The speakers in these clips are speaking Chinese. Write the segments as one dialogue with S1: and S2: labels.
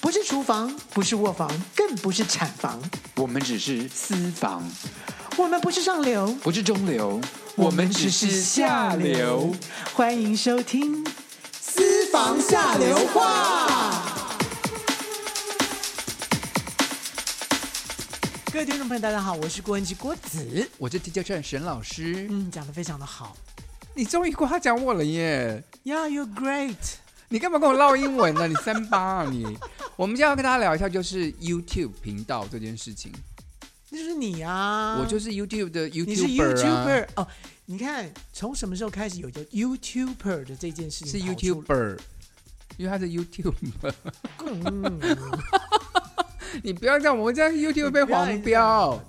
S1: 不是厨房，不是卧房，更不是产房，
S2: 我们只是私房，
S1: 我们不是上流，
S2: 不是中流，我们只是下流。。
S1: 欢迎收听《私房下流话》。各位听众朋友，大家好，我是郭文琪郭子。
S2: 我是地球串沈老师，
S1: 嗯，讲的非常的好。
S2: 你终于夸奖我了耶！
S1: Yeah, you're great。
S2: 你干嘛跟我唠英文呢、你三八啊你！ 我们今天要跟大家聊一下，就是 YouTube 频道这件事情。
S1: 那就是你啊，
S2: 我就是 YouTube 的
S1: 你是
S2: YouTuber 啊，
S1: YouTuber 哦。你看，从什么时候开始有叫 YouTuber 的这件事
S2: 是
S1: 情跑出？
S2: YouTuber，因为他是 YouTuber。
S1: 嗯
S2: 你不要这样，我们这样 YouTube 被
S1: 你不要
S2: 黄标，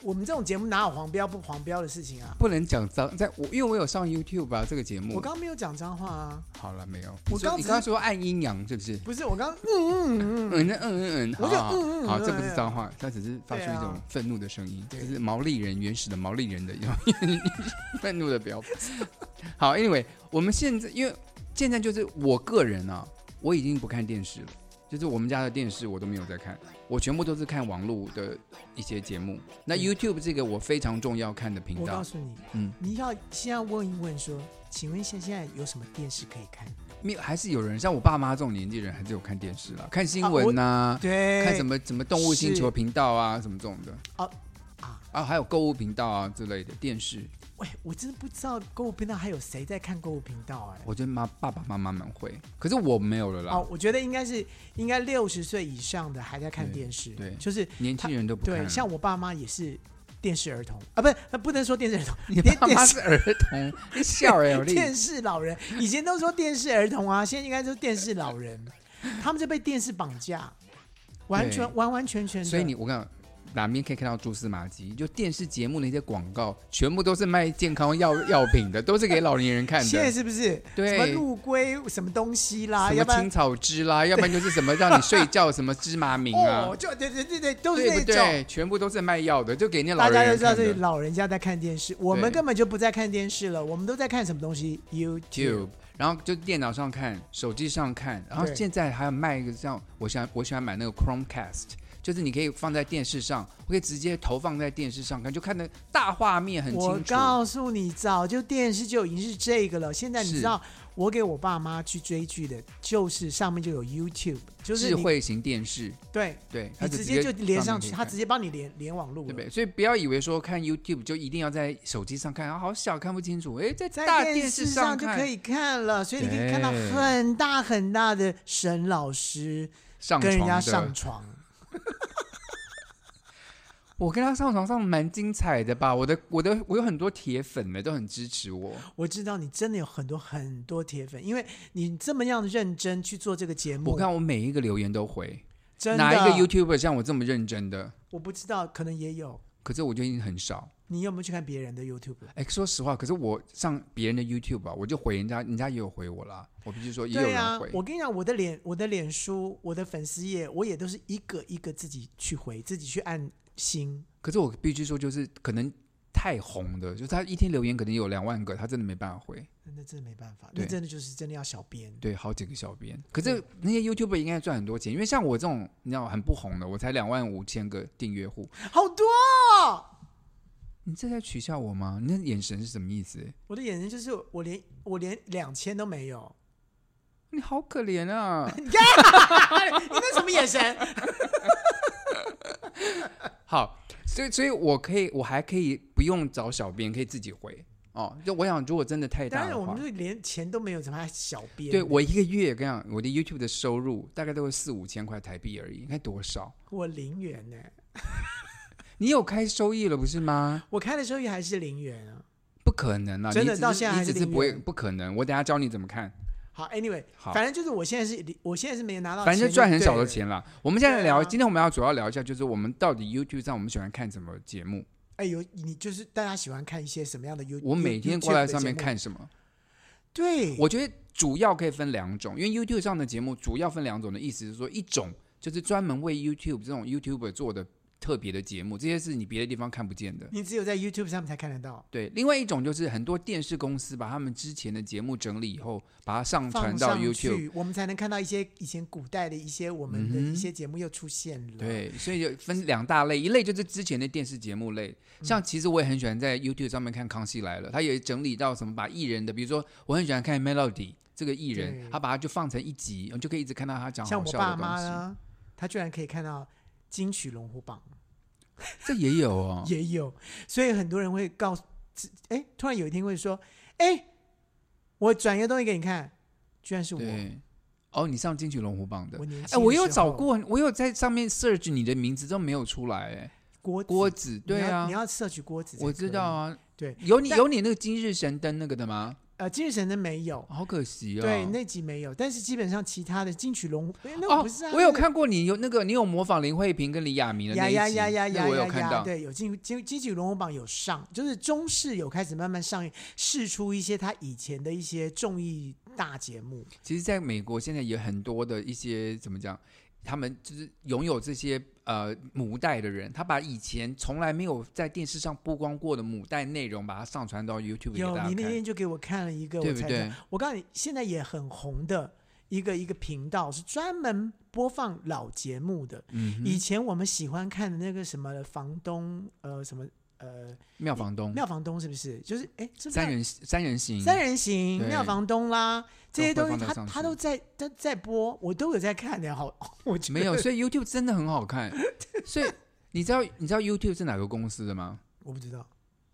S1: 我们这种节目哪有黄标不黄标的事情啊？
S2: 不能讲脏。在我因为我有上 YouTube 啊吧、这个节目，
S1: 我刚没有讲脏话啊，
S2: 好了没有？
S1: 我
S2: 你说
S1: 刚
S2: 你
S1: 只
S2: 刚刚说按阴阳是不是？
S1: 不是我刚嗯嗯嗯嗯，
S2: 嗯，那嗯嗯嗯，好
S1: 我就
S2: 好
S1: 嗯嗯
S2: 好，
S1: 嗯
S2: 这不是
S1: 对
S2: 脏话，它只是发出
S1: 对
S2: 一
S1: 啊
S2: 种愤怒的声音，这
S1: 对
S2: 是毛利人原始的毛利人的一种 愤怒的表。 好，anyway，我们现在因为现在就是我个人啊，我已经不看电视了，就是我们家的电视我都没有在看，我全部都是看网络的一些节目。那
S1: 嗯
S2: YouTube 这个我非常重要看的频
S1: 我告
S2: 道，
S1: 诉你，
S2: 嗯，
S1: 你要先要问一问说，请问现现在有什么电视可以看？
S2: 没有还是有人像我爸妈这种年纪人还是有看电视啦，看新
S1: 啊我
S2: 闻呐、
S1: 对，
S2: 看什么什么动物星球频道啊，什么这种的
S1: 哦
S2: 啊
S1: 啊
S2: 还有购物频道啊之类的电视，
S1: 喂，我真的不知道购物频道还有谁在看购物频道哎、
S2: 我觉得妈爸爸妈妈们会，可是我没有了啦，
S1: 哦，我觉得应该是应该六十岁以上的还在看
S2: 对
S1: 电视，
S2: 对
S1: 就是
S2: 年轻人都不看
S1: 对，
S2: 了。
S1: 像我爸妈也是电视儿童啊，不是呃不能说电视儿童，
S2: 你
S1: 电
S2: 爸妈
S1: 电
S2: 是
S1: 视
S2: 儿 童，你笑哎，有力
S1: 电视老人，以前都说电视儿童啊，现在应该说电视老人，他们就被电视绑架，完
S2: 对
S1: 全完完全全的。
S2: 所以你我看哪边可以看到蛛丝马迹？就电视节目那些广告，全部都是卖健康药药品的，都是给老年人看
S1: 现在
S2: 的。
S1: 是不是什么
S2: 对，
S1: 陆龟什么东西啦，啊
S2: 什
S1: 要
S2: 么
S1: 不然
S2: 青草汁啦，要不然就是什么让你睡觉什么 芝麻明啊
S1: 哦，，就对对对对，都是
S2: 对
S1: 那
S2: 不
S1: 种。
S2: 对？全部都是卖药的，就给那老
S1: 大家都
S2: 人人
S1: 知道
S2: 看
S1: 这
S2: 的
S1: 是。老人家在看电视，我们
S2: 对
S1: 根本就不在看电视了，我们都在看什么东西
S2: YouTube，然后就电脑上看，手机上看，然后
S1: 对
S2: 现在还有卖一个像我喜欢我喜欢买那个 Chromecast，就是你可以放在电视上，我可以直接投放在电视上看，就看的大画面很
S1: 我
S2: 清楚。
S1: 告诉你，早就电视就已经是这个了。现在你
S2: 是
S1: 知道，我给我爸妈去追剧的，就是上面就有 YouTube，就是
S2: 智
S1: 你
S2: 慧型电视，
S1: 对，
S2: 对，它
S1: 你
S2: 就
S1: 直接就连上去，
S2: 面可以
S1: 他
S2: 看
S1: 直接帮你连连网路
S2: 对不
S1: 了。
S2: 对？所以不要以为说看 YouTube 就一定要在手机上看，啊，好小看不清楚，哎，在大
S1: 在
S2: 电
S1: 电
S2: 视
S1: 视
S2: 上
S1: 上就
S2: 看
S1: 可以看了，所以你可以看到
S2: 对
S1: 很大很大的沈老师
S2: 上
S1: 跟人
S2: 床
S1: 家
S2: 的
S1: 上床。
S2: 我跟他上床上蛮精彩的吧？我的我的我有很多铁粉呢，都很支持我。
S1: 我知道你真的有很多很多铁粉，因为你这么样认真去做这个节目，
S2: 我看我每一个留言都回，
S1: 真的
S2: 哪一个 YouTuber 像我这么认真的？
S1: 我不知道，可能也有。
S2: 可是我就已经很少。
S1: 你有没有去看别人的 YouTube？
S2: 哎，说实话，可是我上别人的 YouTube 啊，我就回人家，人家也有回我啦。我必须说，也有
S1: 对啊
S2: 人回。，
S1: 我跟你讲，我的脸、我的脸书、我的粉丝页，我也都是一个一个自己去回，自己去按星。
S2: 可是我必须说，就是可能太红的，就是他一天留言可能有两万个，他真的没办法回。
S1: 那真的没办法，
S2: 对
S1: 那真的就是真的要小编。
S2: 对，好几个小编。可是那些 YouTube 应该赚很多钱，因为像我这种你知道很不红的，我才两万五千个订阅户。
S1: 好多哦！
S2: 你这在取笑我吗？你那眼神是什么意思？
S1: 我的眼睛就是我连我连两千都没有，
S2: 你好可怜啊！
S1: 你那什么眼 神？
S2: 好，所以所以我可以，我还可以不用找小编，可以自己回哦。就我想，如果真的太
S1: 当
S2: 大
S1: 然
S2: 的
S1: 我
S2: 话
S1: 们，就连钱都没有，怎么还小编？
S2: 对我一个月跟你讲，我的 YouTube 的收入大概都是四五千块台币而已，你看多少？
S1: 我零元呢、
S2: 你有开收益了不是吗？
S1: 我开的时候也还是零元啊。
S2: 不可能啊！
S1: 真
S2: 你
S1: 的
S2: 只
S1: 到
S2: 是
S1: 现在
S2: 你
S1: 还
S2: 只
S1: 是
S2: 是
S1: 零
S2: 不会
S1: 元
S2: 不可能。我等下教你怎么看，
S1: 好，anyway，
S2: 好
S1: 反正就是我现在是我现在是没有哦拿到钱，
S2: 反正赚很少的。钱啦。我们现在
S1: 对
S2: 聊，
S1: 啊
S2: 今天我们要主要聊一下，就是我们到底 YouTube 上我们喜欢看什么节目？
S1: 哎，有你就是大家喜欢看一些什么样的 You？
S2: 我每天
S1: YouTube
S2: 过来
S1: 的
S2: 上面
S1: 节目，
S2: 看什么？
S1: 对，
S2: 我觉得主要可以分两种，因为 YouTube 上的节目主要分两种的意思是说，一种就是专门为 YouTube 这种 YouTuber 做的特别的节目，这些是你别的地方看不见的。
S1: 你只有在 YouTube 上面才看得到，
S2: 对，另外一种就是很多电视公司把他们之前的节目整理以后，把它上传
S1: 放
S2: 到
S1: 上
S2: YouTube。
S1: 去，我们才能看到一些以前古代的一些我们的
S2: 嗯哼
S1: 一些节目又出现了。，
S2: 对，所以就分两大类，一类就是之前的电视节目类，
S1: 嗯
S2: 像其实我也很喜欢在 YouTube 上面看《康熙来了》，他也整理到什么把艺人的，比如说我很喜欢看 Melody 这个艺人
S1: 对，
S2: 他把它就放成一集，你就可以一直看到他讲
S1: 像
S2: 好
S1: 我
S2: 笑
S1: 爸
S2: 的
S1: 妈啊
S2: 东西。
S1: 呢，他居然可以看到金曲龙虎榜。
S2: 哦这也有哦，
S1: 也有，所以很多人会告诉，哎，突然有一天会说，哎，我转一个东西给你看，居然是我，
S2: 对，哦，你上金曲龙虎榜的
S1: 我，年
S2: 哎，
S1: 轻的
S2: 我有
S1: 时
S2: 找
S1: 候
S2: 过，我有在上面 search 你的名字都没有出来，哎，
S1: 锅子
S2: 郭子，对
S1: 你要
S2: 啊
S1: 你，要摄取锅子，
S2: 我知道，啊，
S1: 对，
S2: 有你
S1: 但
S2: 有你那个今日神灯那个的吗？
S1: 呃，今日神灯没有，
S2: 好可惜哦，
S1: 对，那集没有，但是基本上其他的金曲龙，哎那个
S2: 哦
S1: 不是啊，，
S2: 我有
S1: 那个
S2: 看过你有那个，你有模仿林慧萍跟李亚明的那
S1: 呀
S2: 一集，
S1: 呀呀呀
S2: 那
S1: 呀
S2: 个我有
S1: 呀
S2: 看
S1: 呀！
S2: 到。
S1: 对，有金金金曲龙虎榜有上，就是中视有开始慢慢上映，试出一些他以前的一些综艺大节目，
S2: 其实，在美国现在也很多的一些怎么讲，他们就是拥有这些呃母带的人，他把以前从来没有在电视上曝光过的母带内容，把它上传到 YouTube 给
S1: 有
S2: 大家
S1: 你
S2: 看，
S1: 那天就给我看了一个，
S2: 对
S1: 我
S2: 不
S1: 才
S2: 对？
S1: 我告诉你，现在也很红的一个一个频道是专门播放老节目的。
S2: 嗯
S1: 以
S2: 哼，
S1: 前我们喜欢看的那个什么房东，呃，什么呃，
S2: 妙房东，
S1: 妙房东是不是？就是哎，是不是
S2: 三人三人行，
S1: 三人行、
S2: 嗯对
S1: 妙房东啦，这些东西
S2: 都会
S1: 他
S2: 放到上去
S1: 他都在他在播，我都有在看的，好， 我觉得
S2: 没有，所以 YouTube 真的很好看。所以你知道你知道 YouTube 是哪个公司的吗？
S1: 我不知道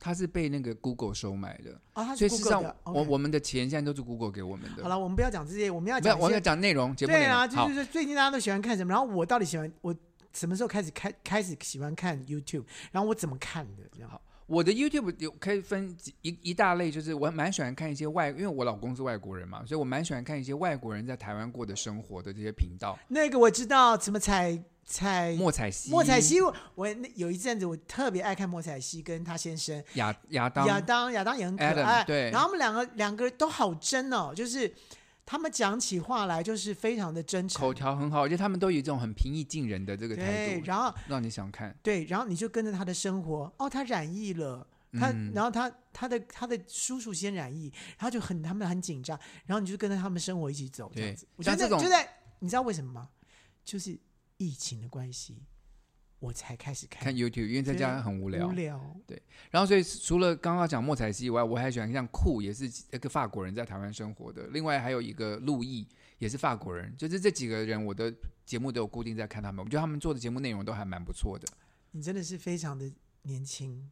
S2: 它是被那个 Google 收买的。
S1: 啊，他
S2: 所
S1: 是
S2: 以事实
S1: Google
S2: 上
S1: 的，
S2: 我
S1: OK
S2: 我们的钱现在都是 Google 给我们的。
S1: 好，了，我们不要讲这些，我们要
S2: 没有，
S1: 讲一
S2: 我要
S1: 些
S2: 讲内容，节目内
S1: 对
S2: 容。
S1: 啊，就
S2: 好
S1: 是，说最近大家都喜欢看什么，然后我到底喜欢我什么时候开始开开始喜欢看 YouTube，然后我怎么看的这样。
S2: 好我的 YouTube 有可以分几一一大类，就是我蛮喜欢看一些外，因为我老公是外国人嘛，所以我蛮喜欢看一些外国人在台湾过的生活的这些频道。
S1: 那个我知道，什么彩彩
S2: 莫彩希，
S1: 哎莫彩，希，我我那有一阵子我特别爱看莫彩希跟她先生
S2: 亚亚当，
S1: 亚当，亚当也很可
S2: Adam，
S1: 爱，
S2: 对
S1: 然后他们两个两个都好真哦，就是他们讲起话来就是非常的真
S2: 口
S1: 诚，
S2: 条很好，而且他们都有一种很平易近人的这个态
S1: 对，
S2: 度，
S1: 然后
S2: 让你想看。
S1: 对，然后你就跟着他的生活，哦，他染疫了。他，
S2: 嗯
S1: 然后他他的他的叔叔先染疫，他就很他们很紧张，然后你就跟着他们生活一起走这样
S2: 对
S1: 子。我觉得
S2: 像
S1: 那
S2: 这种
S1: 就在你知道为什么吗？就是疫情的关系，我才开始看
S2: 看 YouTube，因为在家
S1: 哎对
S2: 很无聊。
S1: 无聊。
S2: 然后，所以除了刚刚讲莫彩希以外，我还喜欢像酷，也是一个法国人在台湾生活的。另外还有一个陆毅，也是法国人。就是这几个人，我的节目都有固定在看他们。我觉得他们做的节目内容都还蛮不错的。
S1: 你真的是非常的年轻，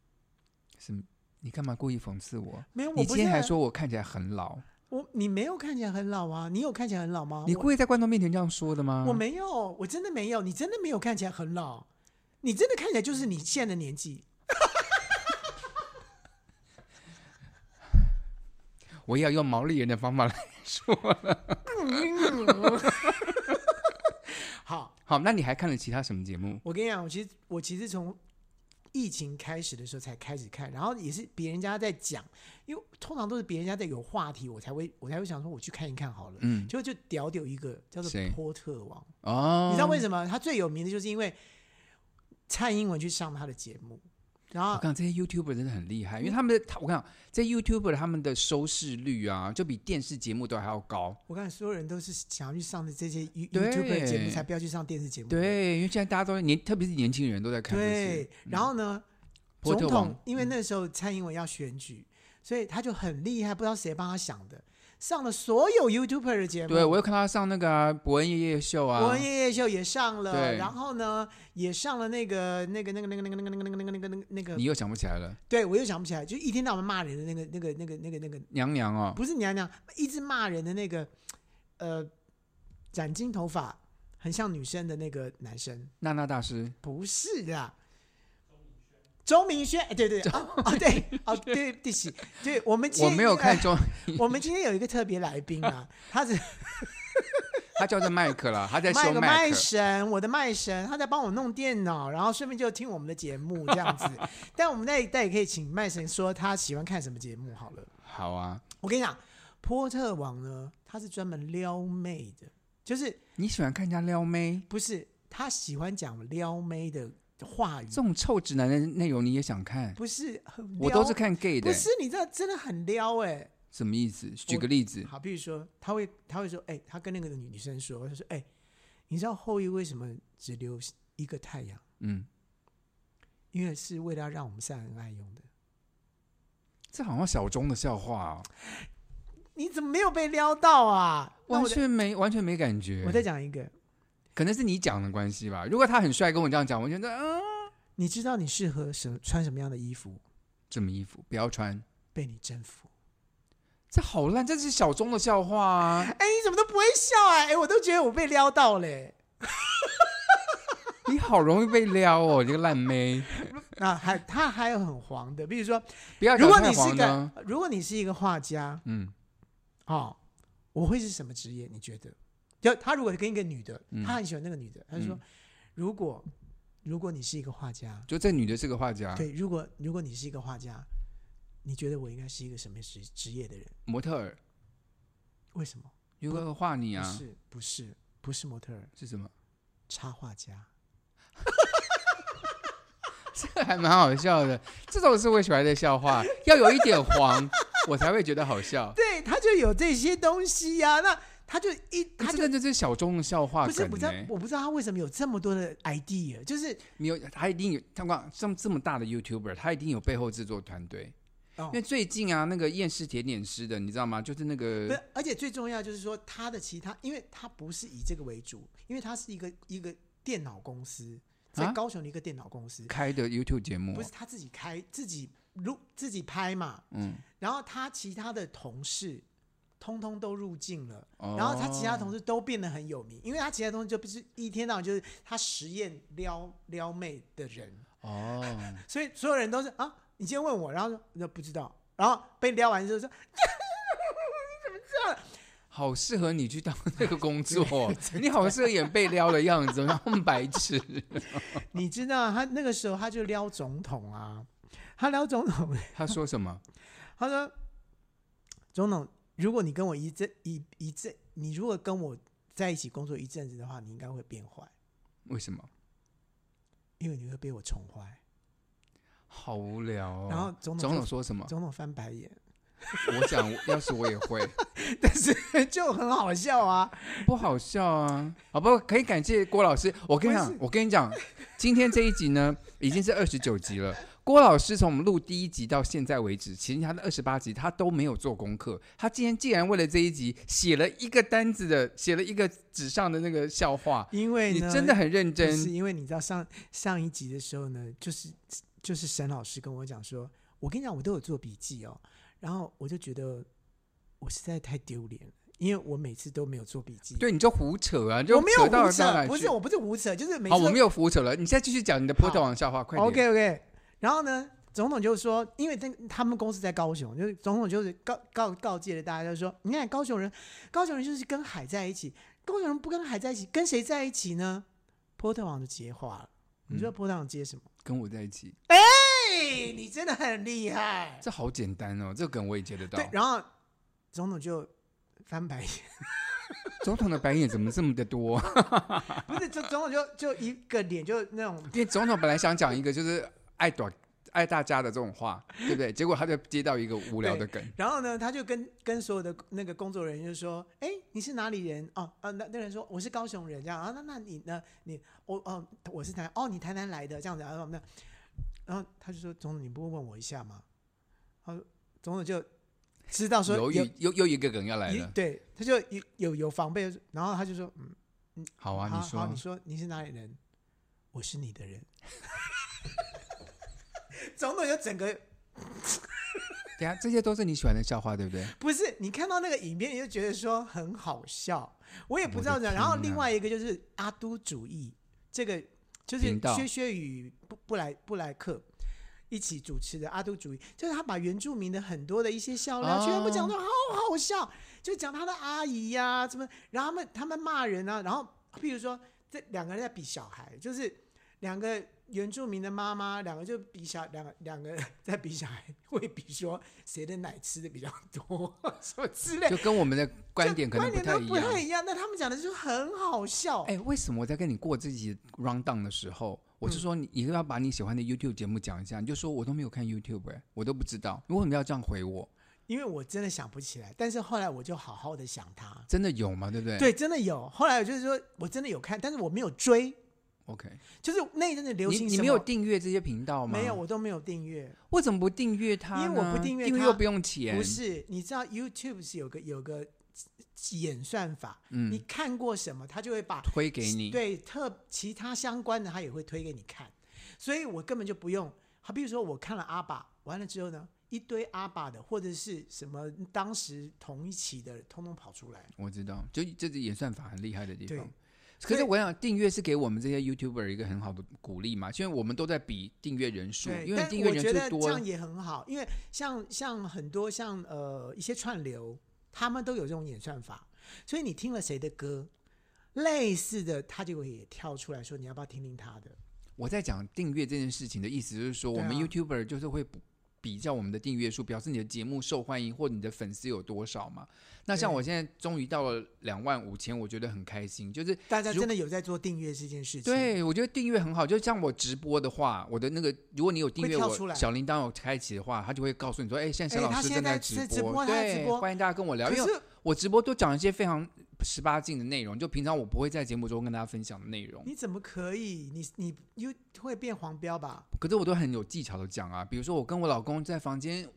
S2: 是，你干嘛故意讽刺我？
S1: 没有，我
S2: 你
S1: 不
S2: 今
S1: 是
S2: 天还
S1: 很
S2: 说我看起来很老，
S1: 我，你没有看起来很老啊，你有看起来很老吗？
S2: 你
S1: 我
S2: 故意在观众面前这样说的吗？
S1: 我没有，我真的没有，你真的没有看起来很老，你真的看起来就是你现在的年 纪。
S2: 我也要用毛利人的方法来说 了。
S1: 好，
S2: 好，那你还看了其他什么节目？
S1: 我跟你讲，我其实我其实从疫情开始的时候才开始看，然后也是别人家在讲，因为通常都是别人家在有话题，我才会我才会想说我去看一看好了。
S2: 嗯，
S1: 结果就屌屌一个叫做
S2: 谁
S1: 波特王，
S2: 哦，
S1: 你知道为什么他最有名的就是因为蔡英文去上他的节目，然
S2: 我
S1: 后
S2: 看这些 YouTuber 真的很厉害，
S1: 嗯
S2: 因为他们的，他我看这些 YouTuber 他们的收视率啊，就比电视节目都还要高。
S1: 我看所有人都是想要去上的这些 You-
S2: 对
S1: YouTube 节目，才不要去上电视节目。
S2: 对，因为现在大家都年，特别是年轻人都在看这些。
S1: 嗯对，然后呢，
S2: 波
S1: 总
S2: 特
S1: 统
S2: 王嗯
S1: 因为那时候蔡英文要选举，所以他就很厉害，不知道谁帮他想的，上了所有 YouTuber 的节目。
S2: 对我有看他上那个啊伯恩夜夜秀啊，
S1: 伯恩夜夜秀也上了，
S2: 对
S1: 然后呢，也上了那个那个那个那个那个那个那个那个那个那个那个
S2: 你，又想不起来了，
S1: 对我又想不起来，就一天到晚骂人的那个那个那个那个那个，
S2: 娘娘哦，
S1: 不是娘娘，一直骂人的那个，呃，染金头发很像女生的那个男生，
S2: 娜娜大师，
S1: 不是的。周明轩，哎对对对，哦哦对，哦对对不起，对我们今
S2: 我
S1: 天
S2: 没有看
S1: 呃
S2: 中，
S1: 我们今天有一个特别来宾 啊，他是
S2: 他叫做麦克了，他在
S1: 卖
S2: 修
S1: 个
S2: 麦
S1: 卖
S2: 克。
S1: 神，我的卖神，他在帮我弄电脑，然后顺便就听我们的节目这样子。 但我们那一代也可以请卖神说他喜欢看什么节目好了。
S2: 好啊，
S1: 我跟你讲，波特网呢，他是专门撩妹的，就是
S2: 你喜欢看人家撩妹？
S1: 不是他喜欢讲撩妹的话语
S2: 这，种臭直男的内容你也想看？
S1: 不是很
S2: 我
S1: 撩
S2: 都是看 gay 的
S1: 不
S2: 欸、
S1: 是你这真的很撩哎、
S2: 什么意思？举个例子，
S1: 好，比如说他会他会说，哎、他跟那个女女生说，他说，哎、你知道后羿为什么只留一个太阳？
S2: 嗯，
S1: 因为是为了要让我们晒恩爱用的。
S2: 这好像小钟的笑话、哦，
S1: 你怎么没有被撩到啊？那
S2: 完
S1: 我再
S2: 全没完全没感觉。
S1: 我再讲一个，
S2: 可能是你讲的关系吧。如果他很帅跟我这样讲，我觉得嗯，
S1: 你知道你适合什么穿什么样的衣服
S2: 什么衣服不要穿，
S1: 被你征服？
S2: 这好烂，这是小钟的笑 话啊！
S1: 哎，你怎么都不会笑啊？哎，我都觉得我被撩到欸嘞。
S2: 你好容易被撩哦，你这个烂妹。
S1: 那啊还他还有很黄的，比如说，
S2: 不要
S1: 如
S2: 讲
S1: 果
S2: 太
S1: 你是
S2: 黄
S1: 一
S2: 呢
S1: 个，如果你是一个画家
S2: 嗯，
S1: 哦，我会是什么职业？你觉得？就他如果跟一个女的，
S2: 嗯
S1: 他很喜欢那个女的，他就说，
S2: 嗯
S1: 如果如果你是一个画家，
S2: 就这女的是个画家，
S1: 对，如果如果你是一个画家，你觉得我应该是一个什么职职业的人？
S2: 模特儿，
S1: 为什么？
S2: 有个画你
S1: 不
S2: 啊，
S1: 是，不是，不是模特儿，
S2: 是什么？
S1: 插画家。
S2: 这 还蛮好笑的，这种是我喜欢的笑话，要有一点黄，我才会觉得好笑。
S1: 对，他就有这些东西呀、那他就一，他
S2: 这
S1: 就
S2: 个就是小钟的笑话
S1: 不是
S2: 梗
S1: 不知道
S2: 呢，，
S1: 我不知道他为什么有这么多的 idea，就是
S2: 没有，他一定有，他光这么这么大的 YouTuber，他一定有背后制作团队。
S1: 哦
S2: 因为最近啊，那个厌世甜点师的，你知道吗？就是那
S1: 不
S2: 个
S1: 是，而且最重要就是说他的其他，因为他不是以这个为主，因为他是一个一个电脑公司，在
S2: 啊
S1: 高雄的一个电脑公司，
S2: 开的 YouTube 节目
S1: 不，是他自己开自己录自己拍嘛，
S2: 嗯，
S1: 然后他其他的同事通通都入境了。
S2: 哦
S1: 然后他其他同事都变得很有名，因为他其他同事就不是一天到晚就是他实验撩撩妹的人，
S2: 哦，
S1: 所以所有人都是啊，你今天问我，然后说那不知道，然后被撩完之后说
S2: 好适合你去 当那个工作哦，你好适合演被撩的样子，然后白痴，
S1: 你知道他那个时候他就撩总统啊，他撩总统，
S2: 他说什么？
S1: 他说总统，如果你跟我一阵一一阵，你如果跟我在一起工作一阵子的话，你应该会变坏，
S2: 为什么？
S1: 因为你会被我宠坏。
S2: 好无聊哦。
S1: 然后总统
S2: 总
S1: 就
S2: 统说什么？
S1: 总统翻白眼，
S2: 我想，要是我也会，
S1: 但是就很好笑啊。
S2: 不好笑啊！好不好，可以感谢郭老师。我跟你
S1: 我
S2: 讲
S1: 也，是
S2: 我跟你讲，今天这一集呢，已经是二十九集了。郭老师从我们录第一集到现在为止，其实他的二十八集他都没有做功课。他今天竟然为了这一集写了一个单子的，写了一个纸上的那个笑话。
S1: 因为
S2: 你
S1: 哎呢
S2: 真的很认
S1: 不是
S2: 真，
S1: 因为你知道上上一集的时候呢，就是就是沈老师跟我讲说，我跟你讲，我都有做笔记哦，然后我就觉得我实在太丢脸了，因为我每次都没有做笔记。，
S2: 对，你就胡扯啊！就
S1: 我没有
S2: 扯到
S1: 胡
S2: 了到
S1: 扯，
S2: 哪里
S1: 不
S2: 去
S1: 是，哦我不是胡扯，就是每
S2: 好，
S1: 次
S2: 我
S1: 都
S2: 没有胡扯了，你再继续讲你的波特王笑话，快点。
S1: OK OK。然后呢，总统就说，因为他他们公司在高雄，就是总统就是告告告诫了大家，就说，你看高雄人，高雄人就是跟海在一起，高雄人不跟海在一起，跟谁在一起呢？波特王就接话了，你知道波特王接什么？
S2: 跟我在一起，
S1: 哎，嗯你真的很厉害。
S2: 这好简单哦，这个梗我也接得到
S1: 对，。然后总统就翻白眼，
S2: 总统的白眼怎么这么的多？
S1: 不是，就总统就就一个脸就那种，
S2: 因为总统本来想讲一个就是爱短爱大家的这种话，对不对？结果他就接到一个无聊的梗，
S1: 然后呢，他就跟跟所有的那个工作人员就说：“哎，你是哪里人？哦，呃，那那人说我是高雄人，这样啊，那那你呢？你我哦，我是台哦，你台南来的这样子啊，那然后他就说总统，你不会问我一下吗？他说总统就知道说
S2: 有
S1: 有
S2: 又又又一个梗要来
S1: 有
S2: 了。
S1: 对，他就有有有防备，然后他就说嗯。”
S2: 好啊，
S1: 好
S2: 你
S1: 好
S2: 说
S1: 你说你是哪里人？我是你的人。 总统有整个
S2: 等一下这些都是你喜欢的笑话，对不对？
S1: 不是你看到那个影片，你就觉得说很好笑，我也不
S2: 我啊
S1: 知道
S2: 的
S1: 讲。然后
S2: 天
S1: 另
S2: 哪
S1: 外一个就是阿都主义，这个就是
S2: 频道
S1: 薛薛与布布莱布莱克一起主持的阿都主义，就是他把原住民的很多的一些笑料
S2: 哦
S1: 全部讲的好好笑，就讲他的阿姨呀、什么，然后他们他们骂人啊，然后譬如说这两个人在比小孩，就是两个原住民的妈妈，两个就比小两个两个在比小孩，会比说谁的奶吃的比较多，什么之类
S2: 就，跟我们的观点可能
S1: 观点
S2: 太
S1: 都
S2: 一
S1: 不太
S2: 样。哎
S1: 一样。那他们讲的就很好笑，嗯
S2: 哎，为什么我在跟你过这集 round down 的时候，我是说你，你要把你喜欢的 YouTube 节目讲一下，你就说我都没有看 YouTube，、欸、我都不知道，为什么要这样回我？
S1: 因为我真的想不起来，但是后来我就好好的想他。
S2: 真的有吗？对不对？
S1: 对，真的有。后来我就是说我真的有看，但是我没有追，
S2: ，OK，
S1: 就是那一阵子流
S2: 你
S1: 行
S2: 你
S1: 什么
S2: 没有订阅这些频道吗？
S1: 没有，，我都没有订阅。
S2: 为什么不订阅它呢？
S1: 因为我不订阅
S2: 订
S1: 它
S2: 又不用钱。
S1: 不，是，你知道 YouTube 是有个有个演算法，你
S2: 嗯，
S1: 看过什么，他就会把
S2: 推给你。，
S1: 对特其他相关的，他也会推给你看，所以我根本就不用。好，比如说我看了阿爸，完了之后呢，一堆阿爸的或者是什么当时同一期的，通通跑出来。
S2: 我知道，就这是演算法很厉害的地
S1: 对
S2: 方。可
S1: 所以
S2: 是我想，订阅是给我们这些 YouTuber 一个很好的鼓励嘛，因为我们都在比订阅人数，
S1: 对，
S2: 因为
S1: 但
S2: 订
S1: 我
S2: 阅
S1: 觉
S2: 人
S1: 得这
S2: 数多
S1: 样，也很好，因为像像很多像呃一些串流，他们都有这种演算法，所以你听了谁的歌，类似的，他就会也跳出来说你要不要听听他的。
S2: 我在讲订阅这件事情的意思，就是说我
S1: 对啊
S2: 们 YouTuber 就是会比比较我们的订阅数，表示你的节目受欢迎或你的粉丝有多少嘛。那像
S1: 对
S2: 我现在终于到了两万五千，我觉得很开心，就是
S1: 大家
S2: 如
S1: 真的有在做订阅这件事情，，
S2: 对我觉得订阅很好。就像我直播的话，我的那个如果你有订
S1: 会
S2: 阅
S1: 跳出
S2: 我
S1: 来
S2: 小铃铛有开启的话，它就会告诉你说，哎，现在沈
S1: 哎
S2: 老
S1: 他
S2: 师
S1: 现
S2: 正
S1: 在
S2: 直
S1: 在直播他在直
S2: 对，
S1: 播
S2: 欢迎大家跟我聊，
S1: 可
S2: 因为
S1: 是
S2: 我直播都讲一些非常十八禁的内容，就平常我不会在节目中跟大家分享的内容。
S1: 你怎么可以？你你又会变黄标吧？
S2: 可是我都很有技巧的讲啊，比如说我跟我老公在房间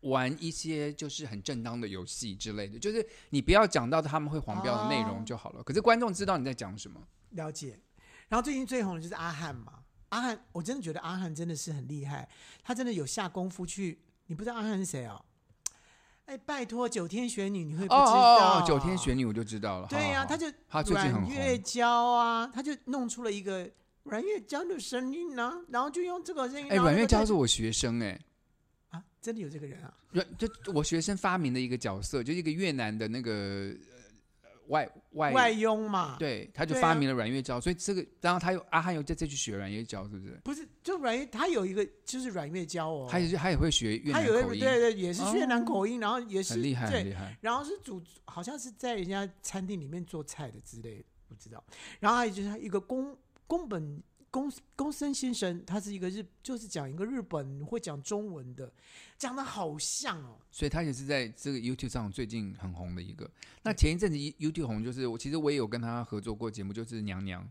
S2: 玩一些就是很正当的游戏之类的，就是你不要讲到他们会黄标的内容
S1: 哦
S2: 就好了。可是观众知道你在讲什么。
S1: 了解。然后最近最红的就是阿汉嘛，阿汉，我真的觉得阿汉真的是很厉害，他真的有下功夫去。你不知道阿汉是谁哦？哎，拜托，九天玄女你会不知道？
S2: 哦哦，九天玄女哦我就知道了。
S1: 对呀、
S2: 呀、
S1: 他就
S2: 他最近很
S1: 阮
S2: 红。
S1: 月娇啊，他就弄出了一个阮月娇的声音呢、然后就用这个声音。
S2: 哎，
S1: 然后
S2: 阮月
S1: 就
S2: 娇
S1: 在
S2: 是我学生哎、
S1: 啊，真的有这个人啊？
S2: 阮就我学生发明的一个角色，就是一个越南的那个呃外外
S1: 外佣嘛？，
S2: 对，他就
S1: 对
S2: 发
S1: 啊
S2: 明了阮月娇，所以这个，然后他又阿汉又再再去学阮月娇，是不是？
S1: 不是，就阮月，他有一个就是阮月娇哦，
S2: 他也是他也会学越
S1: 他
S2: 南
S1: 有一
S2: 口
S1: 个
S2: 音，哦
S1: 对对，也是越南口音，然后也是
S2: 很厉害，很
S1: 对，
S2: 厉害。
S1: 然后是主，好像是在人家餐厅里面做菜的之类的，不知道。然后还有就是他一个宫宫本宫宫森先生，他是一个日，就是讲一个日本会讲中文的，讲的好像哦，
S2: 所以他也是在这个 YouTube 上最近很红的一个。那前一阵子 You- YouTube 红，就是我其实我也有跟他合作过节目，就是娘娘，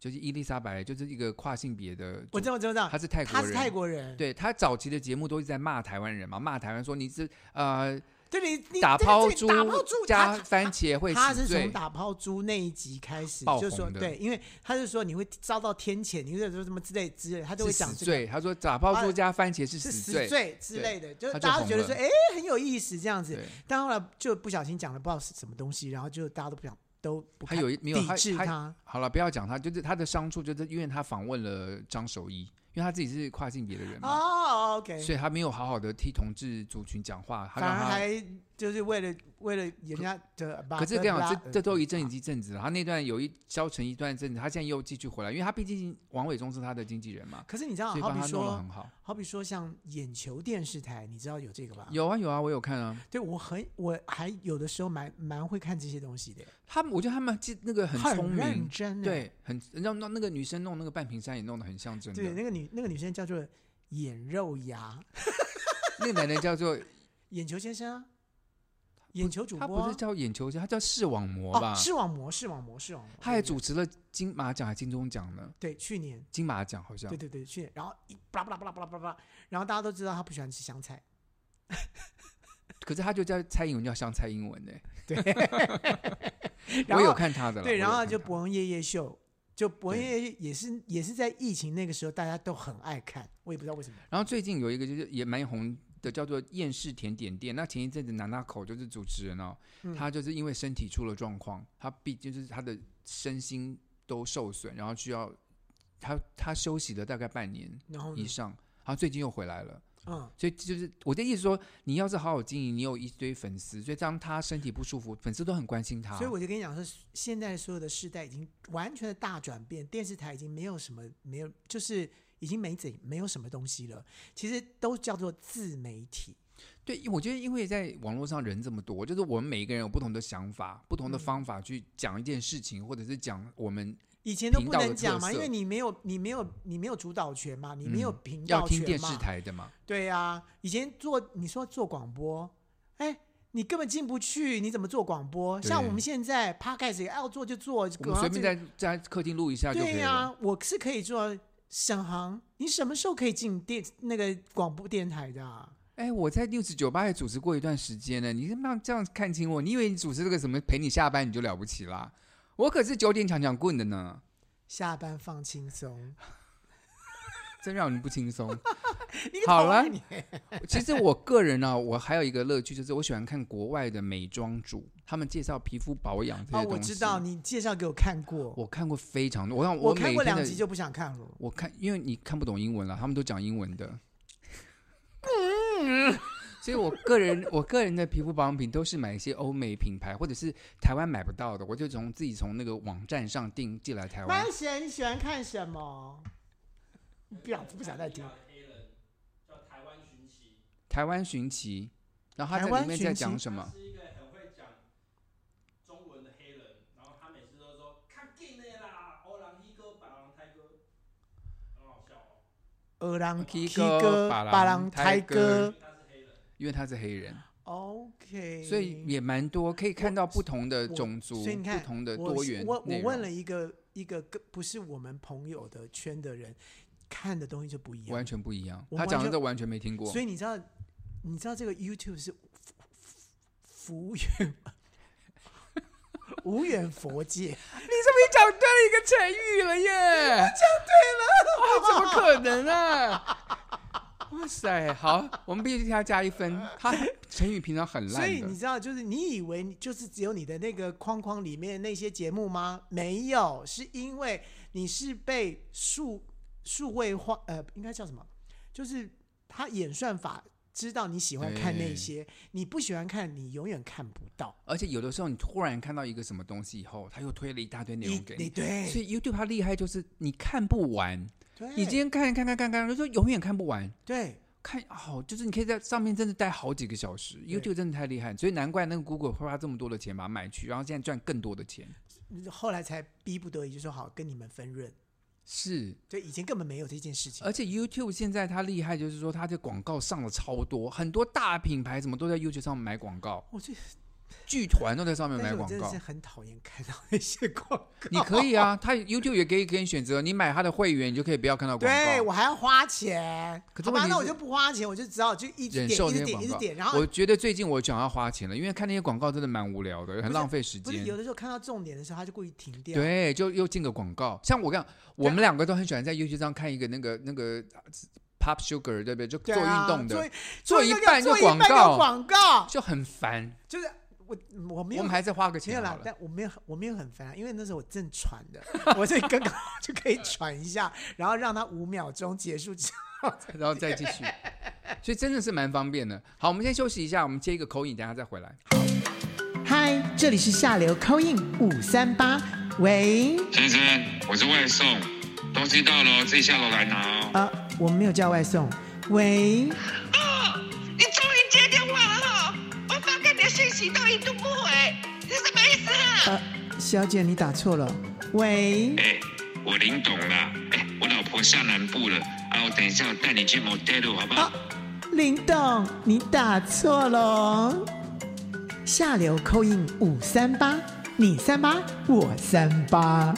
S2: 就是伊丽莎白，就是一个跨性别的主，
S1: 我知道，我知道
S2: 他，是泰国
S1: 他
S2: 人，
S1: 是泰国人，
S2: 对他早期的节目都是在骂台湾人嘛，骂台湾说你是呃
S1: 对，你你
S2: 打
S1: 这个
S2: 抛
S1: 这
S2: 猪
S1: 个打抛猪
S2: 加
S1: 他
S2: 番茄会
S1: 他
S2: 死
S1: 是从
S2: 罪，
S1: 打抛猪那一集开始
S2: 爆，
S1: 就
S2: 红
S1: 说
S2: 的
S1: 对，因为他就说你会遭到天谴，你会说什么之类之类，他都会
S2: 是
S1: 讲
S2: 死
S1: 这个。
S2: 罪。他说打抛猪加番茄是
S1: 是
S2: 死
S1: 死
S2: 罪，
S1: 罪之类的，就是
S2: 他就
S1: 大家
S2: 红
S1: 觉得说，
S2: 了
S1: 哎、很有意思这样子。
S2: 对。
S1: 但后来就不小心讲了不知道是什么东西，然后就大家都不想都不
S2: 他
S1: 看
S2: 有一没有他
S1: 抵制
S2: 他
S1: 他。
S2: 好了，不要讲他，就是他的伤处，就是因为他访问了张守一，因为他自己是跨性别的人嘛，
S1: 哦，OK，
S2: 所以他没有好好的替同志族群讲话，他
S1: 反
S2: 让
S1: 而
S2: 他。
S1: 还就是为了为了人家的，呃啊
S2: 可是这样，
S1: 吧
S2: 这这都一阵一阵子了。他那段有一消沉一段阵子，他现在又继续回来，因为他毕竟王伟忠是他的经纪人嘛，
S1: 可是你知道，
S2: 所以
S1: 啊好
S2: 帮
S1: 比
S2: 他弄得
S1: 说，
S2: 很好。
S1: 好比说像眼球电视台，你知道有这个吧？
S2: 有啊有啊，我有看啊。
S1: 对我很我还有的时候蛮蛮会看这些东西的，
S2: 他们我觉得他们记那个很聪
S1: 认
S2: 明，
S1: 真。，啊欸
S2: 对，很让让那个女生弄那个半屏山也弄得很像真
S1: 对，
S2: 的。
S1: 那个女那个女生叫做眼肉牙，
S2: 那个男人叫 做
S1: 眼球先生啊，眼球主
S2: 他
S1: 播
S2: 不
S1: 啊
S2: 是叫眼球，他叫视网膜吧
S1: 哦，？视网膜，视网膜，视网膜，
S2: 他还
S1: 对对
S2: 主持了金马奖还金钟奖呢，
S1: 对去年。
S2: 金马奖好像
S1: 对。对对，去年，然后一巴拉巴拉巴拉巴拉巴拉，然后大家都知道他不喜欢吃香菜，
S2: 可是他就叫蔡英文，叫像蔡英文呢、欸
S1: 然
S2: 我有
S1: 后
S2: 看他的啦，
S1: 对，
S2: 我有
S1: 然后
S2: 看
S1: 就
S2: 他
S1: 伯恩夜夜秀，就伯恩
S2: 对
S1: 夜夜也是也是在疫情那个时候，大家都很爱看，我也不知道为什么。
S2: 然后最近有一个就是也蛮红的，叫做厌世甜点店。那前一阵子南大口就是主持人哦，
S1: 嗯
S2: 他就是因为身体出了状况，他毕就是他的身心都受损，然后需要他他休息了大概半年
S1: 然后呢
S2: 以上，他最近又回来了。
S1: 嗯，
S2: 所以就是我的意思说，你要是好好经营，你有一堆粉丝，所以当他身体不舒服，粉丝都很关心他。
S1: 所以我就跟你讲说，现在所有的世代已经完全的大转变，电视台已经没有什么没有，就是已经没怎没有什么东西了，其实都叫做自媒体。
S2: 对，我觉得因为在网络上人这么多，就是我们每一个人有不同的想法、不同
S1: 嗯
S2: 的方法去讲一件事情，或者是讲我们
S1: 以前都
S2: 频
S1: 不
S2: 道的
S1: 能讲
S2: 特
S1: 嘛，
S2: 色
S1: 因为你没有你没有你没有主导权嘛，你没有
S2: 嗯
S1: 频
S2: 要
S1: 道权嘛。
S2: 听电视台的嘛。
S1: 对呀、以前做你说做广播，哎，你根本进不去，你怎么做广播？
S2: 对
S1: 像我们现在 podcast 也要做就做，
S2: 我们随便在在客厅录一下就可
S1: 对
S2: 以
S1: 呀、
S2: 了。
S1: 我是可以做沈航，你什么时候可以进电那个广播电台的、啊？
S2: 哎，我在六十酒吧也主持过一段时间呢。你他妈这样看清我？你以为你主持这个什么陪你下班你就了不起啦？我可是九点抢抢棍的呢，
S1: 下班放轻松，
S2: 真让人不 轻松。
S1: 你个
S2: 好
S1: 讨
S2: 了
S1: 厌你
S2: 其实我个人呢、我还有一个乐趣，就是我喜欢看国外的美妆主，他们介绍皮肤保养这
S1: 哦，
S2: 些东西。
S1: 我知道，你介绍给我看过，
S2: 我看过非常多，我让
S1: 我
S2: 每
S1: 看过
S2: 天
S1: 两
S2: 的
S1: 集就不想看了。
S2: 我看，因为你看不懂英文了，他们都讲英文的。
S1: 嗯
S2: 所以，我个人我个人的皮肤保养品都是买一些欧美品牌，或者是台湾买不到的，我就从自己从那个网站上订寄来台湾
S1: 麦。神，你喜欢看什么？不想不想再听。
S2: 台湾寻奇，然后他
S1: 台
S2: 在
S1: 湾
S2: 里面在
S1: 寻奇
S2: 讲什么？
S3: 是一个很会讲中文的黑人，然后他每次都说“看见的啦，欧郎一哥，白狼泰哥”，很好笑哦。
S1: 二郎
S2: K 哥
S1: 哥、
S2: 巴郎
S1: 巴郎
S2: 泰
S1: 泰
S2: 哥
S1: 哥
S3: 他是黑人，
S2: 因为他是黑人，
S1: ，OK，
S2: 所以也蛮多，可以看到不同的
S1: 我
S2: 种族、
S1: 所以你
S2: 不
S1: 看
S2: 同的
S1: 我
S2: 多
S1: 是
S2: 元
S1: 我我
S2: 内
S1: 问
S2: 容
S1: 了一个一个跟不是我们朋友的圈的人，看的东西就不一样
S2: 完。全不一样。
S1: 我
S2: 他
S1: 完
S2: 讲的
S1: 全
S2: 都完全没听过
S1: 所，以你知道，你知道这个 YouTube 是服服远 无远佛界，
S2: 你讲对了一个成语了耶！你讲对了，怎么可能啊？哇塞，好，我们必须替他加一分。他成语平常很
S1: 所
S2: 烂
S1: 以
S2: 的
S1: 你，知道，就是你以为你就是只有你的那个框框里面那些节目吗？没有，是因为你是被数数位化，呃，应该叫什么？就是他演算法知道你喜欢看那
S2: 对
S1: 些，你不喜欢看，你永远看不到。
S2: 而且有的时候你突然看到一个什么东西以后，他又推了一大堆内容
S1: 你
S2: 给
S1: 你
S2: 你。
S1: 对
S2: 所，以 YouTube 它厉害就是你看不完，
S1: 对
S2: 你今天看看看看看，就永远看不完。
S1: 对
S2: 看好、就是你可以在上面真的待好几个小时，YouTube 真的太厉害，所以难怪那个 Google 会花这么多的钱把它买去，然后现在赚更多的钱。
S1: 后来才逼不得已就说好跟你们分润。
S2: 是，
S1: 对，以前根本没有这件事情
S2: 而。且 YouTube 现在它厉害，就是说它的广告上了超多，很多大品牌什么都在 YouTube 上面买广告，
S1: 我这，
S2: 剧团都在上面
S1: 但
S2: 买
S1: 是我
S2: 广
S1: 真的哦
S2: 告
S1: 是。很讨厌看到那些广告。
S2: 你可以啊，它 YouTube 也可以给你选择，你买它的会员，你就可以不要看到广
S1: 对
S2: 告。
S1: 我还要花钱，
S2: 可是
S1: 好吧，
S2: 问题
S1: 那我
S2: 是
S1: 就不花钱，我就只好就一直
S2: 忍
S1: 点，
S2: 受
S1: 一
S2: 那
S1: 直
S2: 些
S1: 点，
S2: 广
S1: 一直
S2: 告
S1: 点，然，后
S2: 我觉得最近我想要花钱了，因为看那些广告真的蛮无聊的，很浪费时
S1: 不是
S2: 间
S1: 有。的时候看到重点的时候，他就故意停掉。，
S2: 对，就又进个广告。像我跟你讲，我
S1: 对
S2: 们两个都很喜欢在 YouTube 上看一个那个那个 Pop Sugar，对不对？就做
S1: 对啊
S2: 运动的，
S1: 做
S2: 做
S1: 一
S2: 一
S1: 个
S2: 半就
S1: 做一半就
S2: 告，
S1: 广告，
S2: 就很烦。
S1: 就是我我没
S2: 我
S1: 有
S2: 们还是花个
S1: 没有
S2: 钱好
S1: 啦
S2: 了，。
S1: 但我没有我没有很烦，因为那时候我正喘的， 我所以刚刚就可以喘一下，然后让它五秒钟结束之后。
S2: 然后再继续，所以真的是蛮方便的。好，我们先休息一下，我们接一个口音，等一下再回来。
S1: 嗨，这里是下流 c 印五三八，喂，
S4: 先生，我是外送，东西到了哦自己下楼来拿哦。
S1: 呃，我们没有叫外送，喂，
S5: 哦，你终于接电话了哈、我发给你的讯息都一度不回，是什么意思啊？
S1: 呃，小姐你打错了，喂。
S4: 哎、我林董啦，哎、我老婆下南部了，啊，我等一下我带你去 motel 好不好？
S1: 林董，你打错了哦。下流扣印五三八，你三八，我三八。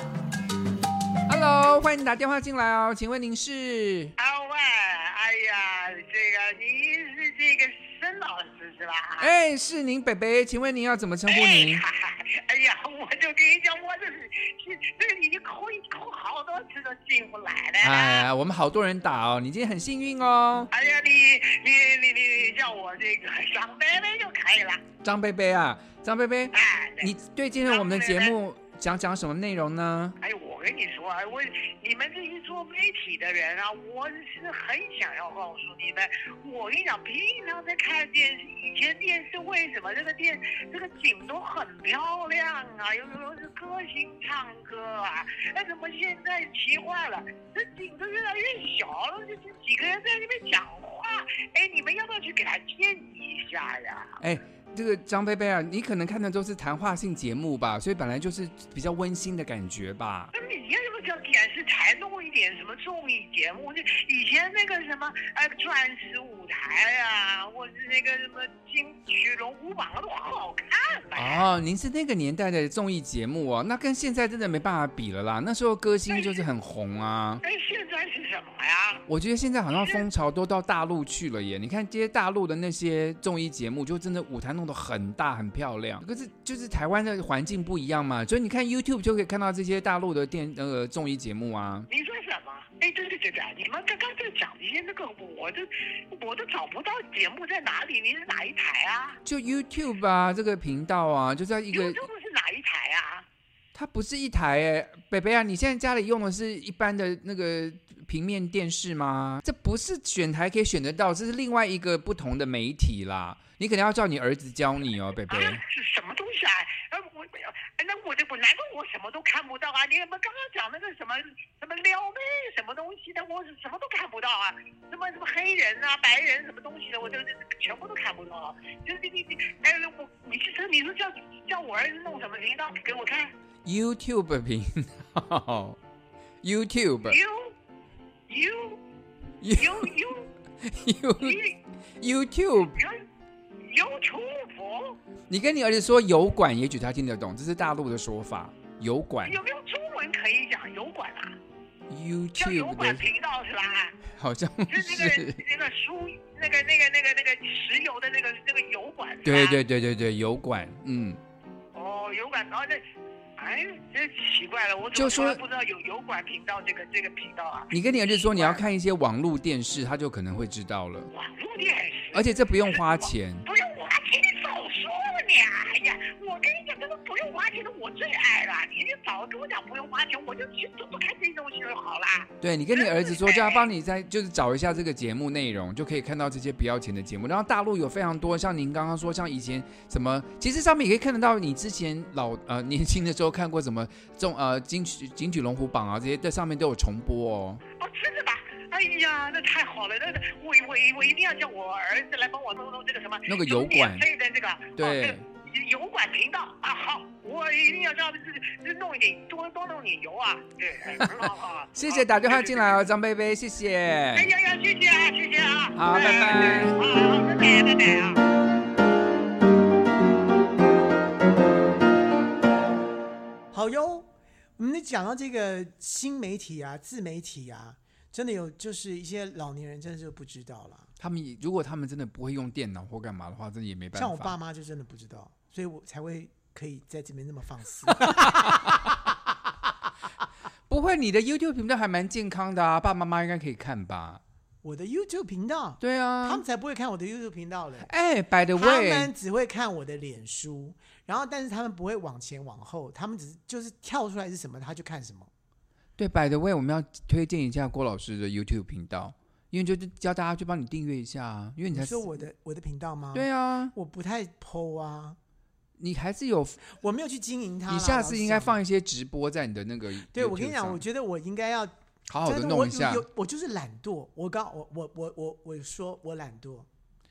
S2: Hello，欢迎打电话进来哦，请问您是？
S6: 啊喂，哎呀，这个你是这个沈老师是吧？
S2: 哎，是您北北，请问您要怎么称呼您？
S6: 哈哈哎呀，我就跟你讲，我这是这这你口一口好多次都进不来了。
S2: 哎呀，我们好多人打哦，你今天很幸运哦，
S6: 哎呀，你你你你叫我这个上百位就可以了。
S2: 张贝贝啊，张贝贝，
S6: 哎，
S2: 你对今天我们的节目想讲什么内容呢？
S6: 哎，我跟你说，我我你们这些做媒体的人啊，我是很想要告诉你们，我跟你讲，平常在看电视，以前电视为什么这个电这个景都很漂亮啊，有有有是歌星唱歌啊，那怎么现在奇怪了，这景都越来越小了，这这几个人在那边讲话，哎，你们要不要去给他建议一下呀？
S2: 哎，这个张贝贝啊，你可能看的都是谈话性节目吧，所以本来就是比较温馨的感觉吧。
S6: 那你要不叫电视台弄一点什么综艺节目？就以前那个什么呃钻石舞台啊，或者是那个什么金曲龙虎榜啊，都好看呗。
S2: 哦，您是那个年代的综艺节目哦，那跟现在真的没办法比了啦。那时候歌星就是很红啊，
S6: 哎，现在是什么呀？
S2: 我觉得现在好像风潮都到大陆去了耶。你看这些大陆的那些综艺节目，就真的舞台弄得很大很漂亮。可是就是台湾的环境不一样嘛，所以你看 YouTube 就可以看到这些大陆的电那个综艺节目啊。
S6: 你说什么？哎，对对对对，你们刚刚在讲一些那个，我都我都找不到节目在哪里，你是哪一台啊？
S2: 就 YouTube 啊，这个频道啊，就在一
S6: 你
S2: 个
S6: 们这是哪一台啊？
S2: 它不是一台哎，北北啊，你现在家里用的是一般的那个平面电视吗？这不是选台可以选得到，这是另外一个不同的媒体啦。你可能要叫你儿子教你哦，北北
S6: 啊。，是什么东西啊？呃，我呃那我这我难怪我什么都看不到啊！你们刚刚讲那个什么什么撩妹什么东西的，我是什么都看不到啊！什么什么黑人啊、白人什么东西的，我这这这全部都看不到啊！就是你你哎，我你是说你说叫叫我儿子弄什么铃铛给我看
S2: YouTube 频道，YouTube
S6: ？You you you you
S2: You
S6: you
S2: YouTube，
S6: you YouTube
S2: 你跟你儿子说油管，也许他听得懂，这是大陆的说法。油管
S6: 有没有中文可以讲油管啊？叫油
S2: YouTube
S6: 管
S2: 的，
S6: 频道是吧？
S2: 好像
S6: 就是那个
S2: 是，
S6: 那个输那个那个那个那个石油的那个那个油管。
S2: 对
S6: 是吧。
S2: 对对对对，油管，嗯。
S6: 哦，油管，然后那，哎，这奇怪了，我怎
S2: 就
S6: 么
S2: 说
S6: 从来不知道有油管频道这个这个频道啊？
S2: 你跟你儿子说你要看一些网络电视，他就可能会知道了，
S6: 网络电视。
S2: 而且这不用花钱。
S6: 不用花钱，你早说了你！哎呀，我跟你讲，这个不用花钱的我最爱了。你就早跟我讲不用花钱，我就去多多看这些东西就好啦。
S2: 对你跟你儿子说，叫他帮你在就是找一下这个节目内容，就可以看到这些不要钱的节目。然后大陆有非常多，像您刚刚说，像以前什么，其实上面也可以看得到你之前老呃年轻的时候看过什么中呃金曲金曲龙虎榜啊这些，在上面都有重播哦。
S6: 哦，真的吧？哎呀，那太好了！那我我我一定要叫我儿子来帮我弄弄这个什么
S2: 那个油管
S6: 免费的这个
S2: 对
S6: 哦这个油管频道啊，好，我一定要叫他就是弄一点多多弄点油啊，对，哎很好好好
S2: 谢谢打电话进来哦，张贝贝，谢
S1: 哦
S2: 谢
S6: 哎。呀呀，谢谢啊，谢谢啊，
S2: 好拜拜
S6: 哎好好，拜拜拜拜啊。
S1: 好哟，我们讲到这个新媒体啊、自媒体啊，真的有就是一些老年人真的就不知道了，
S2: 他们如果他们真的不会用电脑或干嘛的话，真的也没办法。
S1: 像我爸妈就真的不知道，所以我才会可以在这边那么放 肆。
S2: 不会，你的 YouTube 频道还蛮健康的啊，爸爸妈妈应该可以看吧？
S1: 我的 YouTube 频道，
S2: 对啊，
S1: 他们才不会看我的 YouTube 频道嘞。
S2: 哎，By the
S1: 他
S2: way，
S1: 们只会看我的脸书，然后但是他们不会往前往后，他们只是就是跳出来是什么他就看什么。
S2: 对，By the way，我们要推荐一下郭老师的 YouTube 频道，因为就是教大家去帮你订阅一下啊，因为你才
S1: 你说我的我的频道吗？
S2: 对啊，
S1: 我不太剖啊，
S2: 你还是有，
S1: 我没有去经营它啦。
S2: 你下次应该放
S1: 一
S2: 一些直播在你的那个 YouTube 上。
S1: 对我跟你讲，我觉得我应该要
S2: 好好的
S1: 真
S2: 哦弄一下
S1: 我。有我就是懒惰，我刚我我我我我说我懒惰，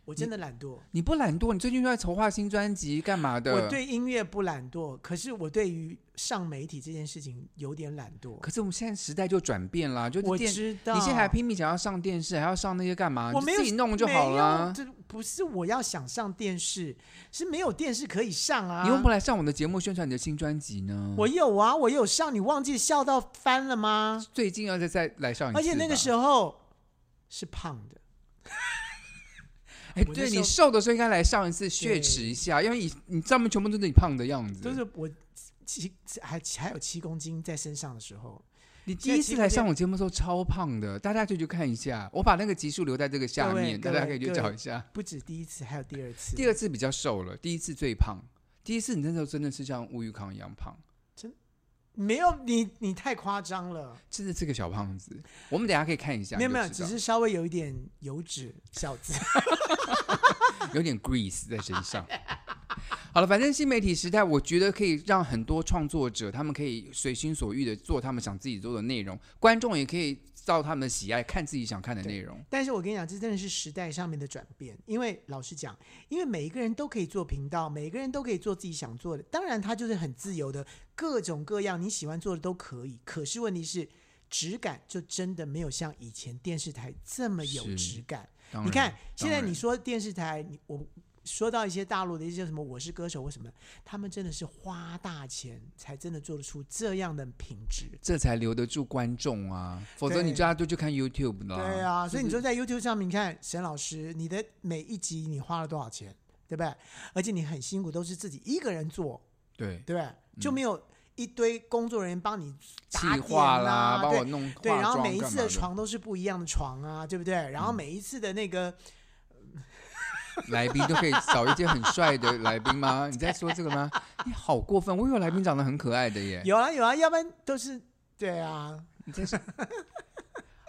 S1: 我真的懒惰。
S2: 你不懒惰，你最近又在筹划新专辑干嘛的？
S1: 我。对音乐不懒惰，可是我对于上媒体这件事情有点懒惰。
S2: 可是我们现在时代就转变啦，就是
S1: 我
S2: 电，
S1: 知道，
S2: 你现在还拼命想要上电视，还要上那些干嘛？
S1: 我
S2: 啊你
S1: 没有
S2: 自己弄就好啊啦
S1: 没有。这不是我要想上电视，是没有电视可以上啊。
S2: 你用不来上我的节目宣传你的新专辑呢？
S1: 我有啊，我有上，你忘记笑到翻了吗？
S2: 最近要再再来上一次吧，
S1: 而且那个时候是胖的，
S2: 哎，
S1: 我那
S2: 对
S1: 时
S2: 你
S1: 候
S2: 瘦的时候应该来上一次血池一下，因为你你上面全部都是你胖的样子。
S1: 都是我七还还有七公斤在身上的时候。
S2: 你第一次来上我节目的时候超胖的，大家就去看一下。我把那个集数留在这个下面，
S1: 各位
S2: 大家可以
S1: 各
S2: 去
S1: 位
S2: 找一下。
S1: 不止第一次，还有第二次。
S2: 第二次比较瘦了，第一次最胖。第一次你那时候真的是像乌玉康一样胖，
S1: 没有你你太夸张了，
S2: 真的是个小胖子。我们等一下可以看一下，
S1: 没有
S2: 你
S1: 没
S2: 就
S1: 有，
S2: 知
S1: 只
S2: 道
S1: 是稍微有一点油脂小子。
S2: 有点 grease 在身上。 好了，反正新媒体时代，我觉得可以让很多创作者他们可以随心所欲的做他们想自己做的内容，观众也可以照他们的喜爱看自己想看的内容。
S1: 但是我跟你讲，这真的是时代上面的转变。因为老实讲，因为每一个人都可以做频道，每一个人都可以做自己想做的，当然他就是很自由的，各种各样你喜欢做的都可以。可是问题是，质感就真的没有像以前电视台这么有
S2: 是
S1: 质感。
S2: 当然
S1: 你看，现在
S2: 当然
S1: 你说电视台，你我说到一些大陆的一些什么《我是歌手》或什么，他们真的是花大钱才真的做得出这样的品质。
S2: 这才留得住观众啊，否则
S1: 对
S2: 你叫他都去看 YouTube 了。
S1: 对啊，所以你说在 YouTube 上面，你看沈老师，你的每一集你花了多少钱，对不对？而且你很辛苦，都是自己一个人做，
S2: 对，
S1: 对不
S2: 嗯
S1: 对？就没有一堆工作人员帮你
S2: 气
S1: 打点
S2: 化啦，
S1: 啊，
S2: 帮我
S1: 对
S2: 弄
S1: 对，
S2: 化
S1: 然后
S2: 妆
S1: 每一
S2: 干
S1: 次
S2: 嘛嗯
S1: 的床都是不一样的床啊，对不对？然后每一次的那个
S2: 来宾都可以找一些很帅的来宾吗？你在说这个吗？你好过分！我以为来宾长得很可爱的耶。
S1: 有啊有啊，要不然都是对啊，
S2: 你这是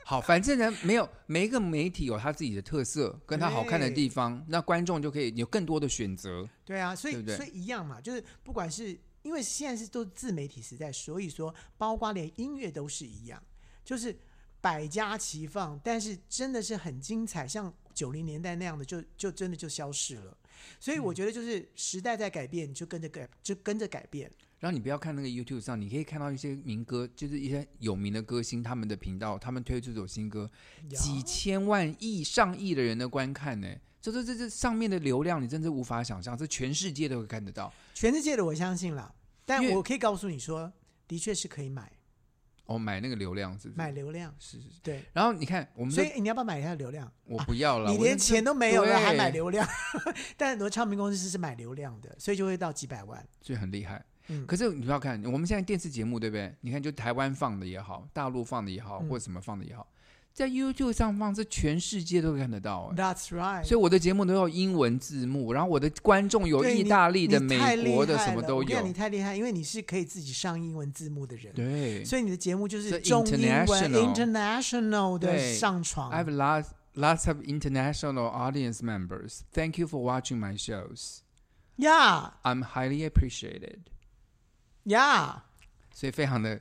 S2: 好，反正呢，没有每一个媒体有他自己的特色，跟他好看的地
S1: 哎
S2: 方，那观众就可以有更多的选择。
S1: 对啊，所以
S2: 对不对
S1: 所以一样嘛，就是不管是因为现在是都自媒体时代，所以说包括连音乐都是一样，就是百家齐放，但是真的是很精彩，像九零年代那样的就就真的就消失了。所以
S2: 嗯
S1: 我觉得就是时代在改变，你就跟着改就跟着改变。
S2: 然后你不要看那个 YouTube 上，你可以看到一些民歌，就是一些有名的歌星他们的频道，他们推出这首新歌，几千万亿、上亿的人的观看呢。这这这这上面的流量，你真是无法想象，这全世界都会看得到。
S1: 全世界的我相信了，但
S2: 因为
S1: 我可以告诉你说，的确是可以买
S2: 哦，买那个流量是不是？
S1: 买流量，
S2: 是是是。
S1: 对。
S2: 然后你看，我们
S1: 所
S2: 说
S1: 以你要不要买一下流量？
S2: 我不要了，
S1: 你
S2: 我
S1: 连
S2: 就是
S1: 钱都没有了，还买
S2: 对
S1: 流量？ 但很多唱片公司是买流量的，所以就会到几百万。
S2: 所以很厉害。
S1: 嗯
S2: 可是你不要看，我们现在电视节目对不对？你看，就台湾放的也好，大陆放的也好，
S1: 嗯
S2: 或者什么放的也好，在 YouTube 上放，是全世界都看得到、哎
S1: That's right。
S2: 所以我的节目都有英文字幕，然后我的观众有
S1: 对
S2: 意
S1: 你
S2: 大利的、
S1: 你
S2: 美
S1: 太厉
S2: 国的，
S1: 害
S2: 什么
S1: 了
S2: 都
S1: 我跟你讲
S2: 有
S1: 你。太厉害，因为你是可以自己上英文字幕的人，
S2: 对
S1: 所以你的节目就是是中英文
S2: international
S1: international 的
S2: 对
S1: 上床。
S2: ，I've lots lots of international audience members. Thank you for watching my shows.
S1: Yeah
S2: I'm highly appreciated.
S1: yeah，
S2: 所以非常的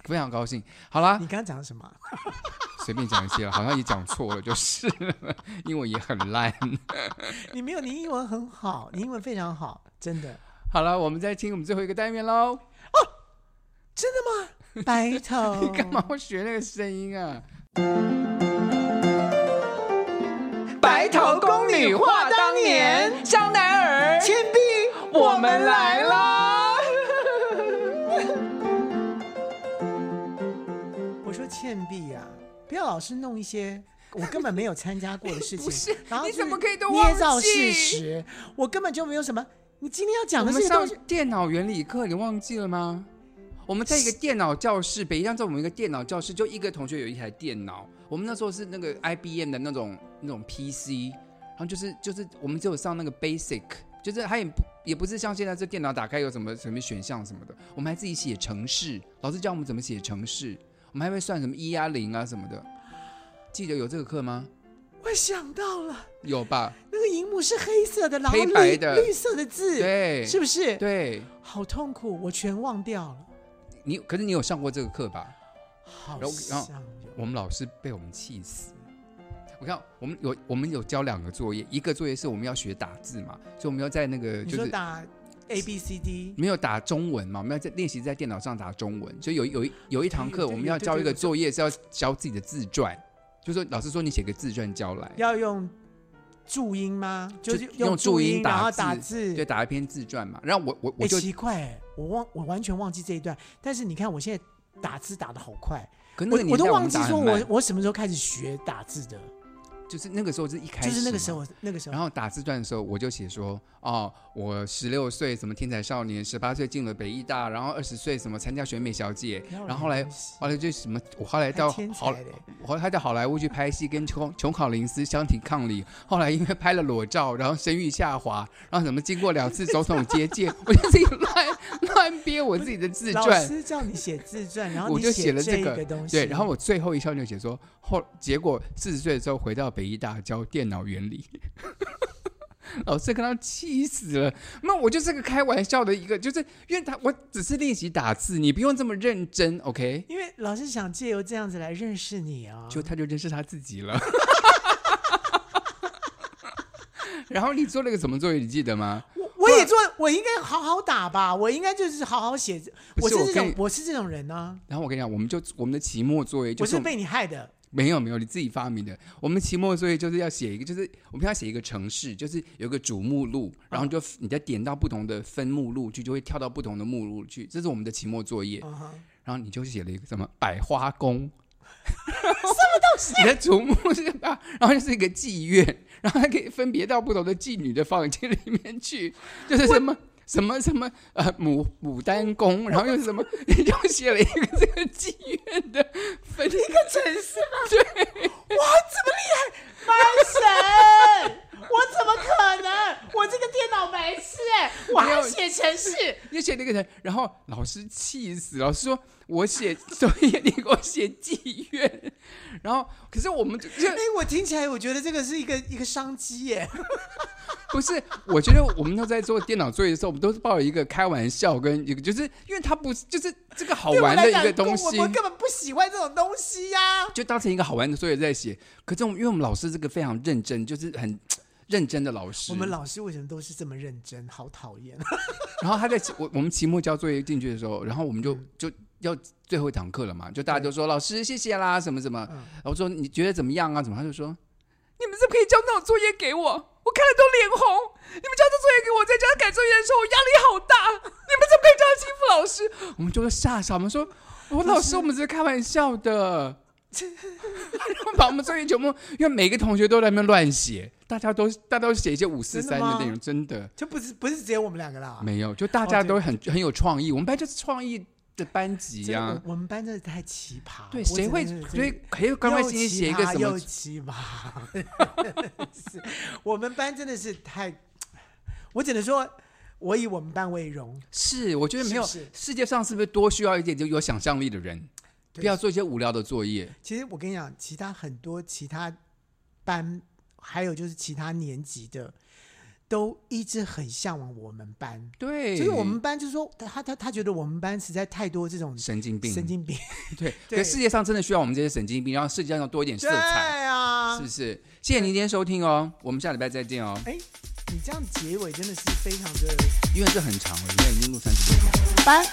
S2: 非常高兴。好啦
S1: 你，刚刚讲的什么？
S2: 随便讲一些了，好像也讲错了，就是 了，因为我也很烂。
S1: 你没有，你英文很好，你英文非常好，真的。
S2: 好了，我们再听我们最后一个单元喽。
S1: 真的吗？白头，
S2: 你干嘛会学那个声音啊？白头宫女话当年，香奈儿，
S1: 铅笔，
S2: 我们来啦！
S1: 我说倩碧呀、不要老是弄一些我根本没有参加过的事情，
S2: 不是
S1: 然后
S2: 你
S1: 就
S2: 怎么可以都忘
S1: 捏造事
S2: 记
S1: 实？我根本就没有什么。你今天要讲
S2: 我
S1: 的这
S2: 们
S1: 个
S2: 上
S1: 东西，
S2: 电脑原理课，你忘记了吗？我们在一个电脑教室，北一站在我们一个电脑教室，就一个同学有一台电脑。我们那时候是那个 IBM 的那种那种 PC，然后就是就是我们只有上那个 Basic，就是它也不也不是像现在这电脑打开有什么什么选项什么的，我们还自己写程式，老师教我们怎么写程式，我们还会算什么一啊零啊什么的。记得有这个课吗？
S1: 我想到了，
S2: 有吧？
S1: 那个荧幕是黑色的，然后
S2: 黑白
S1: 绿
S2: 的
S1: 绿色的字，
S2: 对，
S1: 是不是？，
S2: 对，
S1: 好痛苦，我全忘掉了，
S2: 你可是你有上过这个课吧？
S1: 好
S2: 然后然后
S1: 像
S2: 我们老师被我们气死。我看我们有我们有交两个作业，一个作业是我们要学打字嘛，所以我们要在那个
S1: 你
S2: 就
S1: 说
S2: 是
S1: 打 A B C D，
S2: 没有打中文嘛，我们要在练习在电脑上打中文。所以有有一有一堂
S1: 对
S2: 课，
S1: 对
S2: 我们要
S1: 对对
S2: 交一个
S1: 对对
S2: 作业是要交自己的自传，就说老师说你写个自传交来，
S1: 要用注音吗？
S2: 就是用注
S1: 注
S2: 音打
S1: 然后
S2: 字
S1: 打字，
S2: 就打一篇自传嘛。然后我我
S1: 哎，
S2: 我就
S1: 奇怪、我忘我完全忘记这一段，但是你看我现在打字打的好快，
S2: 可那
S1: 我
S2: 个
S1: 我
S2: 年
S1: 都
S2: 代
S1: 忘
S2: 们
S1: 记
S2: 打
S1: 说
S2: 很
S1: 我
S2: 慢，
S1: 我什么时候开始学打字的，
S2: 就是那个时候是一开始
S1: 就
S2: 嘛，
S1: 是那个时候，那个时候，
S2: 然后打字段的时候，我就写说，哦，我十六岁什么天才少年，十八岁进了北艺大，然后二十岁什么参加选美小姐，然后后来后来就什么，我后来
S1: 还
S2: 到
S1: 天
S2: 好
S1: 才，嘞，
S2: 后来他到好莱坞去拍戏，跟琼琼考林斯相提抗力。 后来因为拍了裸照，然后声誉下滑，然后什么经过两次总统接见， 我就自己乱乱编我自己的自
S1: 老
S2: 传。
S1: 师叫你写自传，然后
S2: 我
S1: 你
S2: 就
S1: 写
S2: 写了
S1: 这
S2: 这
S1: 一
S2: 个
S1: 东西，
S2: 对，然后我最后一项就写说，后结果四十岁的时候回到北医大教电脑原理， 老师跟他气死了。那我就是个开玩笑的一个，就是因为他我只是练习打字，你不用这么认真，OK？
S1: 因为老师想借由这样子来认识你啊，
S2: 就他就认识他自己了。 然后你做了个什么作业？你记得吗？
S1: 我我也做，我应该好好打吧，我应该就是好好写字，
S2: 不
S1: 我
S2: 是
S1: 是
S2: 我
S1: 这
S2: 跟
S1: 种
S2: 你
S1: 我是这种人呢、
S2: 然后我跟你讲，我们就我们的期末作业就
S1: 我
S2: 是
S1: 是
S2: 我们
S1: 被你害的，
S2: 没有没有，你自己发明的。我们期末作业就是要写一个，就是我们要写一个城市，就是有个主目录，然后就你再点到不同的分目录去，就会跳到不同的目录去。这是我们的期末作业。
S1: 嗯哼。
S2: 然后你就写了一个什么百花宫，什么东西？你的主目是吧？然后就是一个妓院，然后还可以分别到不同的妓女的房间里面去，就是什么。什么什么呃牡牡丹宫，然后又是什么？ 你就写了一个这个妓院的分一个城市
S1: 白神，我怎么可能？我这个电脑白痴哎、我
S2: 没
S1: 还
S2: 有
S1: 写程式，
S2: 就写那个人，然后老师气死，老师说我写 作业，你给我写妓院，然后可是我们就就
S1: 哎、我听起来我觉得这个是一个一个商机耶、
S2: 不是，我觉得我们都在做电脑作业的时候，我们都是抱有一个开玩笑跟一个，就是因为它不是就是这个好
S1: 对我
S2: 玩的
S1: 来
S2: 一
S1: 讲，
S2: 个东西
S1: 我，我根本不喜欢这种东西呀、
S2: 就当成一个好玩的作业在写。可是我们因为我们老师是个非常认真，就是很认真的老师，
S1: 我们老师为什么都是这么认真？好讨厌！
S2: 然后他在期我我们期末交作业进去的时候，然后我们就就要最后一堂课了嘛，就大家就说老师谢谢啦什么什么，
S1: 嗯
S2: 然后说你觉得怎么样啊？怎么？他就说你们怎么可以交那种作业给我？我看了都脸红。你们交这作业给我，在家改作业的时候我压力好大。你们怎么可以这样欺负老师？我们就吓傻，我们说我老师，我们只是开玩笑的。 然后把我们作业全部，因为每个同学都在那边乱写，大家都大家都写一些五四
S1: 真的
S2: 三的
S1: 吗
S2: 内容，真的。
S1: 就不是不是只有我们两个啦，
S2: 没有，就大
S1: 哦
S2: 家
S1: 对
S2: 都很、很有创意。我们班就是创意的班级
S1: 真的
S2: 呀、
S1: 我我们班真的太奇葩了。
S2: 对，
S1: 我
S2: 谁会
S1: 真的是
S2: 谁谁乖乖
S1: 又
S2: 心心
S1: 奇
S2: 写一个
S1: 葩
S2: 什
S1: 又
S2: 么？
S1: 奇葩？ 是我们班真的是太，我只能说，我以我们班为荣。
S2: 是，我觉得没有
S1: 是不是
S2: 世界上是不是多需要一点就有想象力的人，
S1: 对
S2: 不要做一些无聊的作业。
S1: 其实我跟你讲，其他很多其他班，还有就是其他年级的，都一直很向往我们班。
S2: 对，
S1: 就是我们班，就是说他他他觉得我们班实在太多这种
S2: 神经病，
S1: 神经病，
S2: 对。
S1: 对
S2: 可世界上真的需要我们这些神经病，让世界上多一点色
S1: 对
S2: 彩，
S1: 啊
S2: 是不。是？谢谢您今天收听哦，我们下礼拜再见哦，
S1: 哎，你这样结尾真的是非常的
S2: 因为这很长了，现在已经录三十多分钟了。
S1: 班。